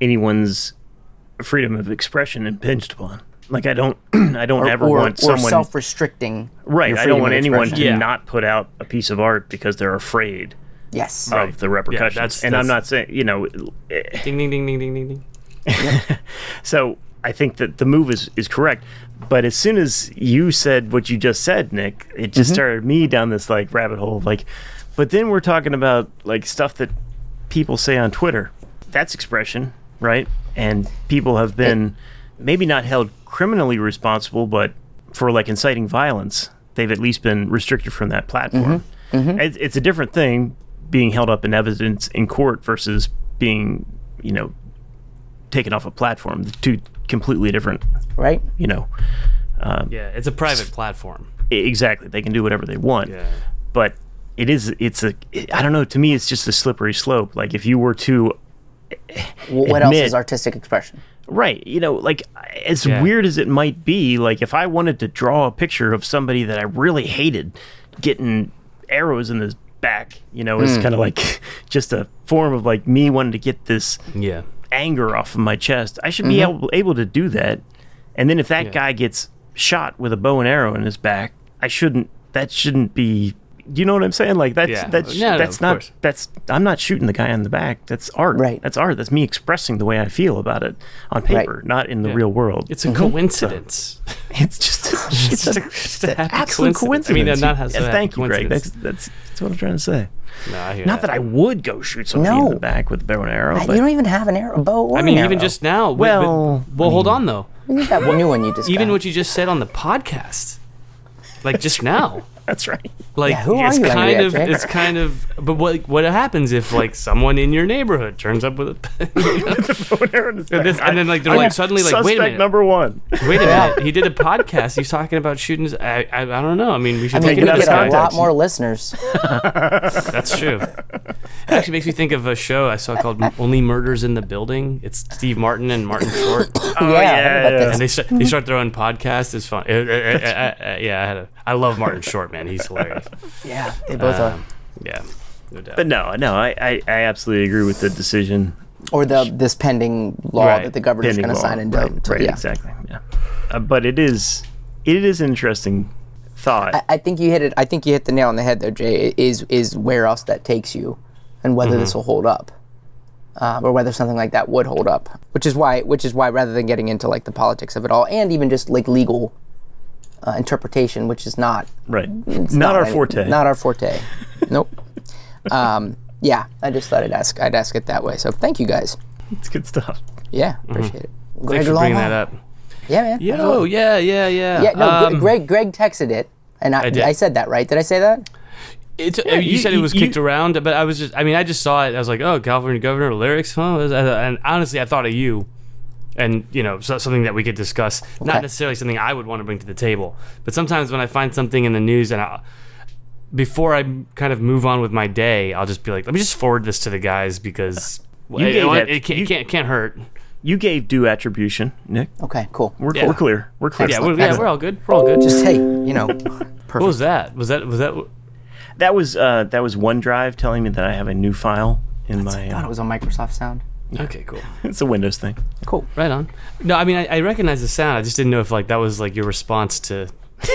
anyone's freedom of expression impinged upon. Like I don't I don't ever
or,
want
or
someone
self-restricting
right,
your
I don't
freedom
want
of
anyone to
expression.
Yeah.
not put out a piece of art because they're afraid
yes
of the repercussions.
that's-
and I'm not
that's-
saying, you know, eh,
ding ding ding ding ding ding ding.
So I think that the move is, is correct. But as soon as you said what you just said, Nick, it just started me down this like rabbit hole of like but then we're talking about like stuff that people say on Twitter. That's expression, right? And people have been maybe not held criminally responsible, but for like inciting violence, they've at least been restricted from that platform. It's, it's a different thing being held up in evidence in court versus being, you know, taken off a platform. The two completely different.
right?
You know,
Yeah, it's a private platform.
I- exactly. They can do whatever they want.
Yeah.
But it is. It's a. It, I don't know. To me, it's just a slippery slope. Like if you were to
Well, what else
Admit-
is artistic expression?
Right. You know, like as
Yeah.
weird as it might be, like if I wanted to draw a picture of somebody that I really hated getting arrows in his back, you know,
Mm.
it's kind of like just a form of like me wanting to get this
Yeah.
anger off of my chest. I should be
Mm-hmm.
able, able to do that. And then if that guy gets shot with a bow and arrow in his back, I shouldn't that shouldn't be you know what I'm saying? Like that's
Yeah.
that's
No, no,
that's
of
not
course.
that's I'm not shooting the guy in the back. That's art.
Right.
That's art. That's me expressing the way I feel about it on paper, not in the real world.
It's a coincidence.
it's just it's,
just
just
a- just a happy
absolute
coincidence.
coincidence.
I mean, not has-
Yeah,
happy
thank you, Greg. That's
coincidence.
that's that's what I'm trying to say.
No, I hear
Not that I would go shoot somebody in
No.
the back with a bow and arrow,
I-
but
Uh, you don't even have an arrow, a bow or
I
an
mean,
arrow.
even just now. wait, but-
Well,
well, hold on though.
You got a new one you just
Even
got.
what you just said on the podcast, like just now,
that's right.
like
who are
it's
you angry
kind
at,
of,
Jay?
it's kind of. But what what happens if like someone in your neighborhood turns up with a?
bow and arrow in his back.
this- and then, like, they're,
I'm
like, suddenly, like, wait a
suspect
minute.
number one.
Wait a minute. He did a podcast. He's talking about shootings. I, I, I don't know. I mean, we
I
should take
mean, we
it out of
get a lot
context. Oh,
more listeners.
That's true. It actually makes me think of a show I saw called Only Murders in the Building. It's Steve Martin and Martin Short.
Oh,
yeah, I heard about
and
this.
they start, they start their own podcast. It's fun. Uh, uh, uh, uh, uh, yeah, I had a. I love Martin Short, man. He's hilarious.
Yeah, they both are.
Um, yeah, no doubt.
But no, no, I, I, I absolutely agree with the decision.
Or the this pending law
Right,
that the governor's
pending
going to
law.
sign into.
Right,
to-
right,
yeah.
exactly. Yeah. Uh, but it is, it is an interesting thought.
I think you hit it. I think you hit the nail on the head there, Jay. i- Is is where else that takes you, and whether
Mm-hmm.
this will hold up, um, or whether something like that would hold up. Which is why, which is why, rather than getting into like the politics of it all, and even just like legal uh, interpretation, which is not
right. Not, our
any-
forte.
Not our forte. nope. Um, yeah, I just thought I'd ask. I'd ask it that way. So thank you guys.
it's good stuff.
Yeah, appreciate it.
Mm-hmm. Thanks
Greg
for bringing
Longmire.
that up.
Yeah, man.
Yo, yeah, yeah, yeah.
Yeah, no. Gre-
Um,
Greg. Greg texted it, and I, I,
did.
said that right. Did I say that?
It's, uh, you,
you-
said it
you-
was kicked
you-
around, but I was just, I mean, I just saw it. I was like, oh, California governor lyrics, huh? Was- uh, And honestly, I thought of you and, you know, so, something that we could discuss.
Okay.
Not necessarily something I would want to bring to the table, but sometimes when I find something in the news and I, before I m- kind of move on with my day, I'll just be like, let me just forward this to the guys because
You
it,
gave
it,
that-
it can't,
you-
can't, can't hurt.
You gave due attribution, Nick.
Okay, cool.
We're,
Yeah.
we're clear. We're clear.
Yeah, we're, yeah, we're all good. We're all good.
Just hey, you know,
what was that? Was that, was that,
That was uh, that was OneDrive telling me that I have a new file in my.
God, it
Uh,
was on Microsoft Sound.
okay, cool.
it's a Windows thing.
Cool.
Right on. No, I mean I, I recognize the sound. I just didn't know if like that was like your response to.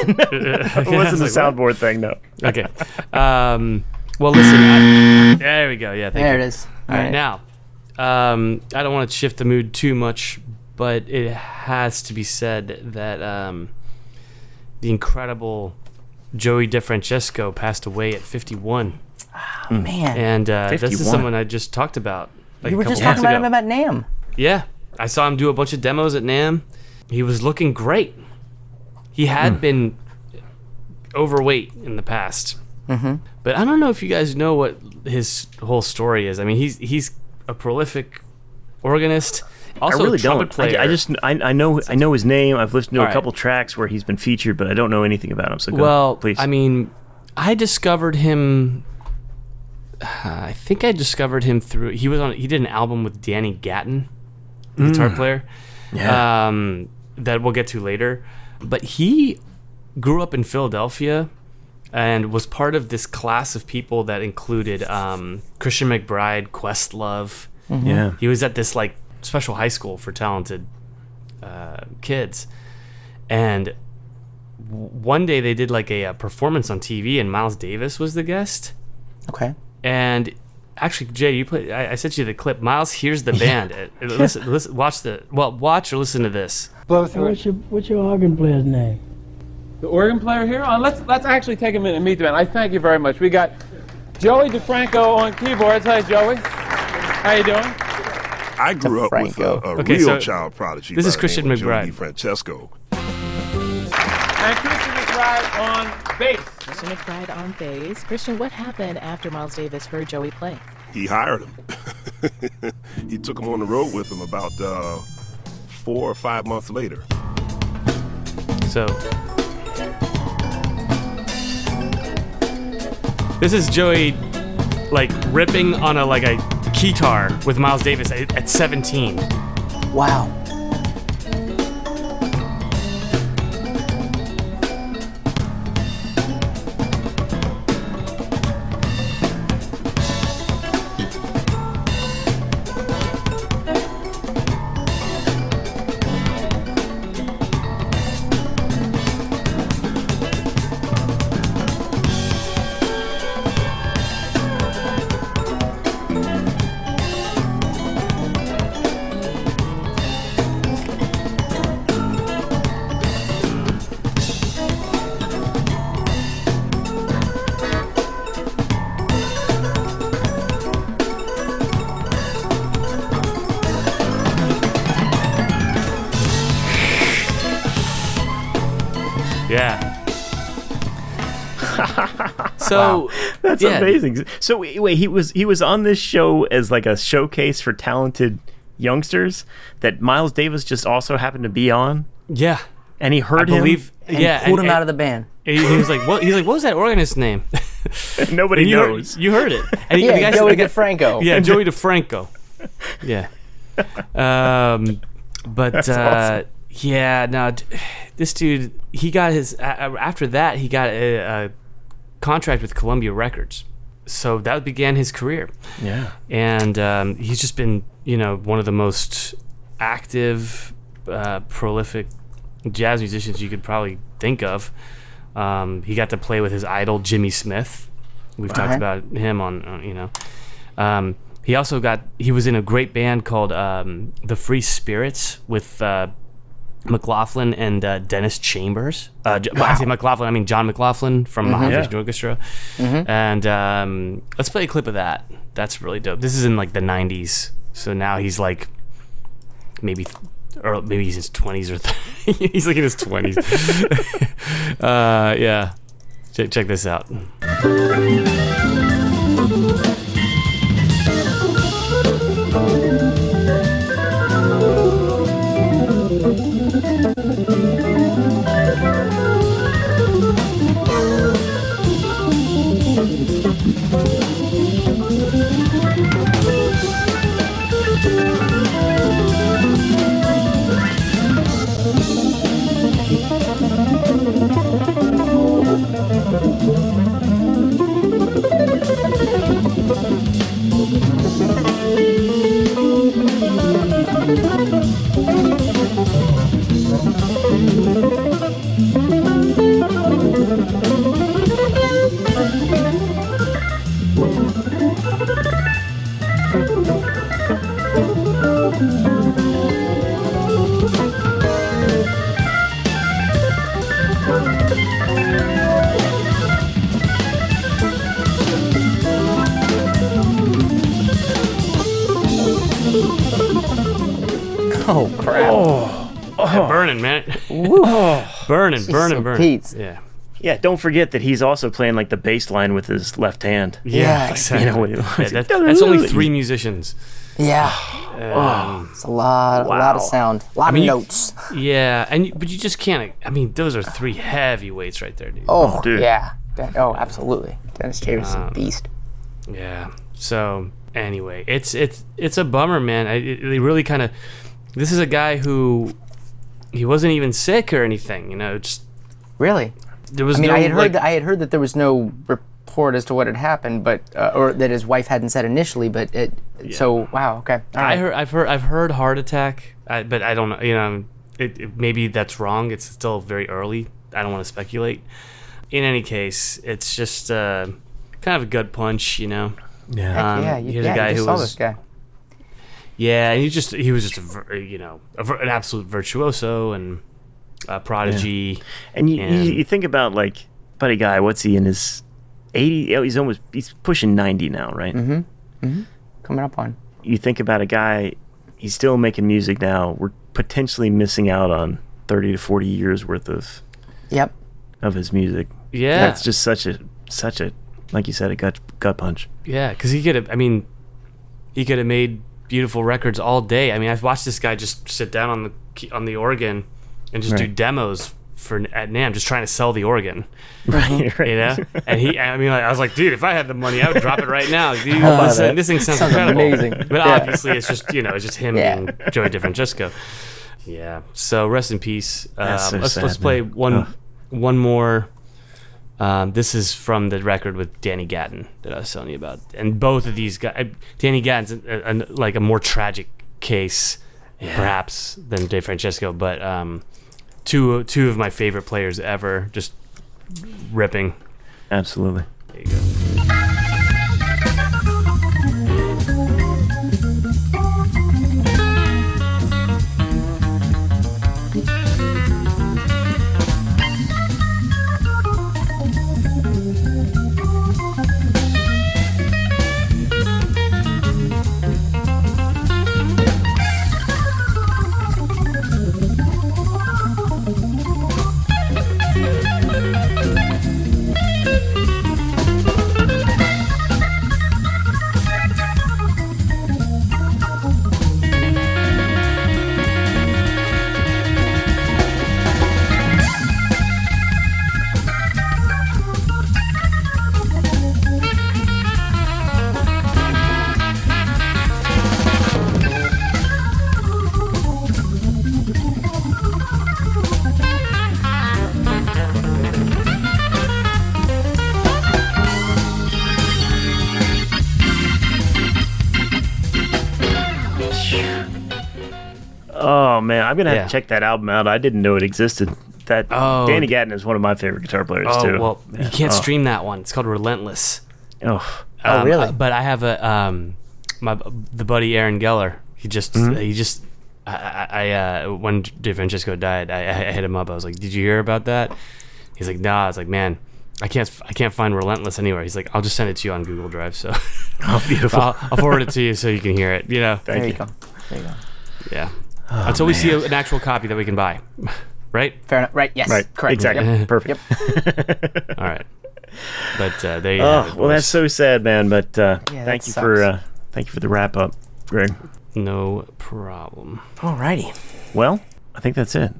It wasn't a soundboard thing, no.
Okay. Um, well, listen. I, there we go. Yeah. Thank
There
you.
it is.
All right, now, um, I don't want to shift the mood too much, but it has to be said that um, the incredible Joey DeFrancesco passed away at 51,
man,
and uh, this is
51.
someone I just talked about. Like
we
a
were
couple
just
months
talking about
ago.
him about Nam.
Yeah, I saw him do a bunch of demos at Nam. He was looking great. He had
Hmm.
been overweight in the past, mm-hmm. but I don't know if you guys know what his whole story is. I mean, he's he's a prolific organist, also
I really
a trumpet
don't. I,
player.
I just I, I know I know his name. I've listened to
All
a
right.
couple tracks where he's been featured, but I don't know anything about him. So go,
well,
please.
I mean, I discovered him. I think I discovered him through he was on he did an album with Danny Gatton, the guitar player.
Mm. yeah.
um, that we'll get to later. But he grew up in Philadelphia and was part of this class of people that included um, Christian McBride, Questlove.
yeah.
He was at this like special high school for talented uh, kids, and w- one day they did like a, uh performance on TV, and Miles Davis was the guest.
Okay.
And actually, Jay, you play. I, I sent you the clip. Miles hears the band. Uh, listen, listen, watch the well, watch or listen to this.
What's your what's your organ player's name?
The organ player here? Uh, let's let's actually take a minute and meet the man. I thank you very much. We got Joey DeFranco on keyboards. Hi, Joey. How you doing?
I grew up with a,
Franco.
a
Okay,
real
so
child prodigy.
this
by
is
the
Christian
name of Joey
McBride.
Francesco.
And Christian McBride on bass.
Christian McBride on bass. Christian, what happened after Miles Davis heard Joey play?
He hired him. he took him on the road with him about uh, four or five months later.
So this is Joey like ripping on a like a keytar with Miles Davis at, at 17.
Wow.
Yeah. so
That's
yeah.
amazing. So wait, wait, he was he was on this show as like a showcase for talented youngsters that Miles Davis just also happened to be on.
Yeah,
and he heard
I
him
believe
and
yeah,
pulled him out
of the band.
He, he was like, "What?" He's like, "What was that organist's name?"
Nobody
And you heard-
knows.
you heard it.
Yeah,
the guy-
Joey
the guy-
DeFranco.
Yeah, Joey DeFranco. Yeah. Um, but
That's
uh,
awesome.
yeah, no, d- this dude, he got his a- a- after that he got a, a contract with Columbia Records, so that began his career.
Yeah.
and um, he's just been you know one of the most active, uh, prolific jazz musicians you could probably think of. Um, he got to play with his idol Jimmy Smith. We've talked
Uh-huh.
about him on, on you know. Um, he also got he was in a great band called um, the Free Spirits with uh, McLaughlin and uh, Dennis Chambers. Uh, J- I say McLaughlin, I mean John McLaughlin from the
Mhm.
High
Yeah.
Fish Orchestra. And um, let's play a clip of that. That's really dope. This is in like the '90s, so now he's like maybe, or maybe he's in his 20s or 30s. he's like in his 20s. uh, yeah, check, check this out.
Oh crap!
Yeah, burning man, burning,
Jeez,
burning,
so
burning.
Pete's-
Yeah,
Yeah, don't forget that he's also playing like the bass line with his left hand.
yeah, exactly.
You know, when he-
Yeah, that- that's only three musicians.
Yeah. Oh,
Um,
it's a lot, a lot of
wow.
sound, a lot
I mean,
of
you-
notes.
yeah, and you- but you just can't. I mean, those are three heavyweights right there, dude.
Oh, yeah. That- oh, absolutely. Dennis Chambers is
Um,
a beast.
Yeah. So anyway, it's it's it's a bummer, man. I, it, they really kind of. This is a guy who he wasn't even sick or anything. You know, just
really.
There was
I mean,
no
I had heard
like,
that I had heard that there was no report as to what had happened, but uh, or that his wife hadn't said initially, but it. So wow, okay.
I
All right.
heard, I've heard, I've heard heart attack, I, but I don't know. You know, it, it- maybe that's wrong. It's still very early. I don't want to speculate. In any case, it's just uh, kind of a gut punch, you know.
Heck
Um,
yeah, you,
here's
yeah,
a guy
you
who
just saw
was,
this guy.
yeah, and he just he was just a, vir- you know a, vir- an absolute virtuoso and a prodigy.
And you, you, you think about like Buddy Guy, what's he in his 80? Oh, he's almost he's pushing 90 now, right?
Mm-hmm. Mm-hmm. Coming up on.
You think about a guy, he's still making music now. We're potentially missing out on 30 to 40 years worth of
Yep.
of his music.
Yeah.
that's just such a such a like you said a gut gut punch.
Yeah, because he could have. I mean, he could have made beautiful records all day. I mean, I've watched this guy just sit down on the key- on the organ and just do
Right.
demos for at Nam, just trying to sell the organ.
Right, right.
You know, and he, I mean, like, I was like, dude, if I had the money, I would drop it right now. Dude,
I'll buy
this,
that.
this thing sounds,
Sounds
incredible.
amazing.
But
Yeah.
obviously, it's just you know, it's just him
Yeah.
being Joey DeFrancesco. Yeah. So rest in peace.
That's so
Um, let's
sad,
let's play
man.
one
Ugh.
one more. Um, this is from the record with Danny Gatton that I was telling you about, and both of these guys, Danny Gatton's a, a- like a more tragic case, perhaps than Dave Francesco, but um, two two of my favorite players ever, just ripping.
Absolutely.
There you go.
Oh man, I'm gonna have
Yeah.
to check that album out. I didn't know it existed. That
Oh.
Danny Gatton is one of my favorite guitar players
Oh
too.
well,
Yeah.
you can't
Oh.
stream that one. It's called Relentless.
Oh.
Um, uh, but I have a um, my the buddy Aaron Geller. He just
Mhm.
he just I, I, I uh, when DeFrancesco died, I, I hit him up. I was like, "Did you hear about that?" He's like, "Nah." I was like, "Man, I can't I can't find Relentless anywhere." He's like, "I'll just send it to you on Google Drive." So,
Oh, beautiful.
I'll, I'll forward it to you so you can hear it. You know.
Thank There you you.
go. There you go.
Yeah.
Oh,
Until we see
man.
a, an actual copy that we can buy, right?
Fair enough. Right. Yes.
Right,
Correct.
exactly.
Yep.
Perfect.
Yep.
All right. But uh, there you have
Oh
it.
well, that's so sad, man. But uh,
Yeah,
thank
that
you for
sucks.
uh, thank you for the wrap up, Greg.
No problem.
Alrighty.
Well, I think that's it.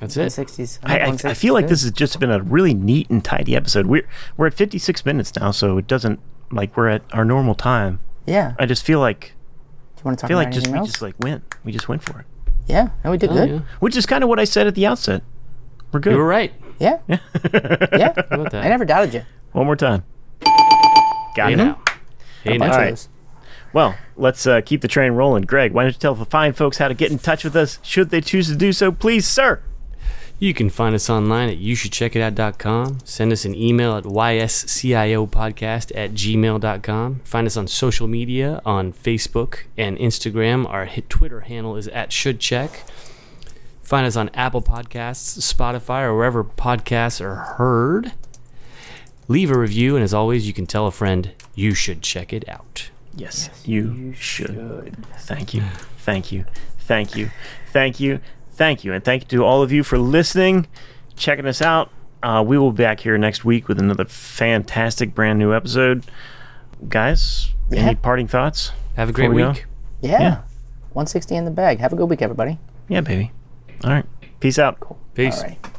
That's it.
60s.
I, I, I feel like this has just been a really neat and tidy episode. We're we're at 56 minutes now, so it doesn't like we're at our normal time.
Yeah.
I just feel like
Do you want to talk
feel
about
like just
anything
we
else?
just like went. We just went for it.
yeah. No, we did
Oh,
good.
yeah.
Which is kind of what I said at the outset. We're good.
You were right.
Yeah.
Yeah.
about that?
I never doubted you.
One more time. Got
Hey
it.
now. Hey
All
now.
right. Well, let's uh, keep the train rolling. Greg, why don't you tell the fine folks how to get in touch with us should they choose to do so, please, sir?
You can find us online at youshouldcheckitout.com. Send us an email at ysciopodcast at gmail.com. Find us on social media on Facebook and Instagram. Our hit Twitter handle is at shouldcheck. Find us on Apple Podcasts, Spotify, or wherever podcasts are heard. Leave a review, and as always, you can tell a friend you should check it out.
Yes, you, should. Thank you. Thank you. Thank you. Thank you. Thank you. And thank you to all of you for listening, checking us out. Uh, we will be back here next week with another fantastic brand new episode. Guys,
Yeah.
any parting thoughts?
Have a
before
great
we go?
week.
Yeah.
Yeah.
160 in the bag. Have a good week, everybody.
Yeah, baby. All right. Peace out.
Peace.
Alrighty.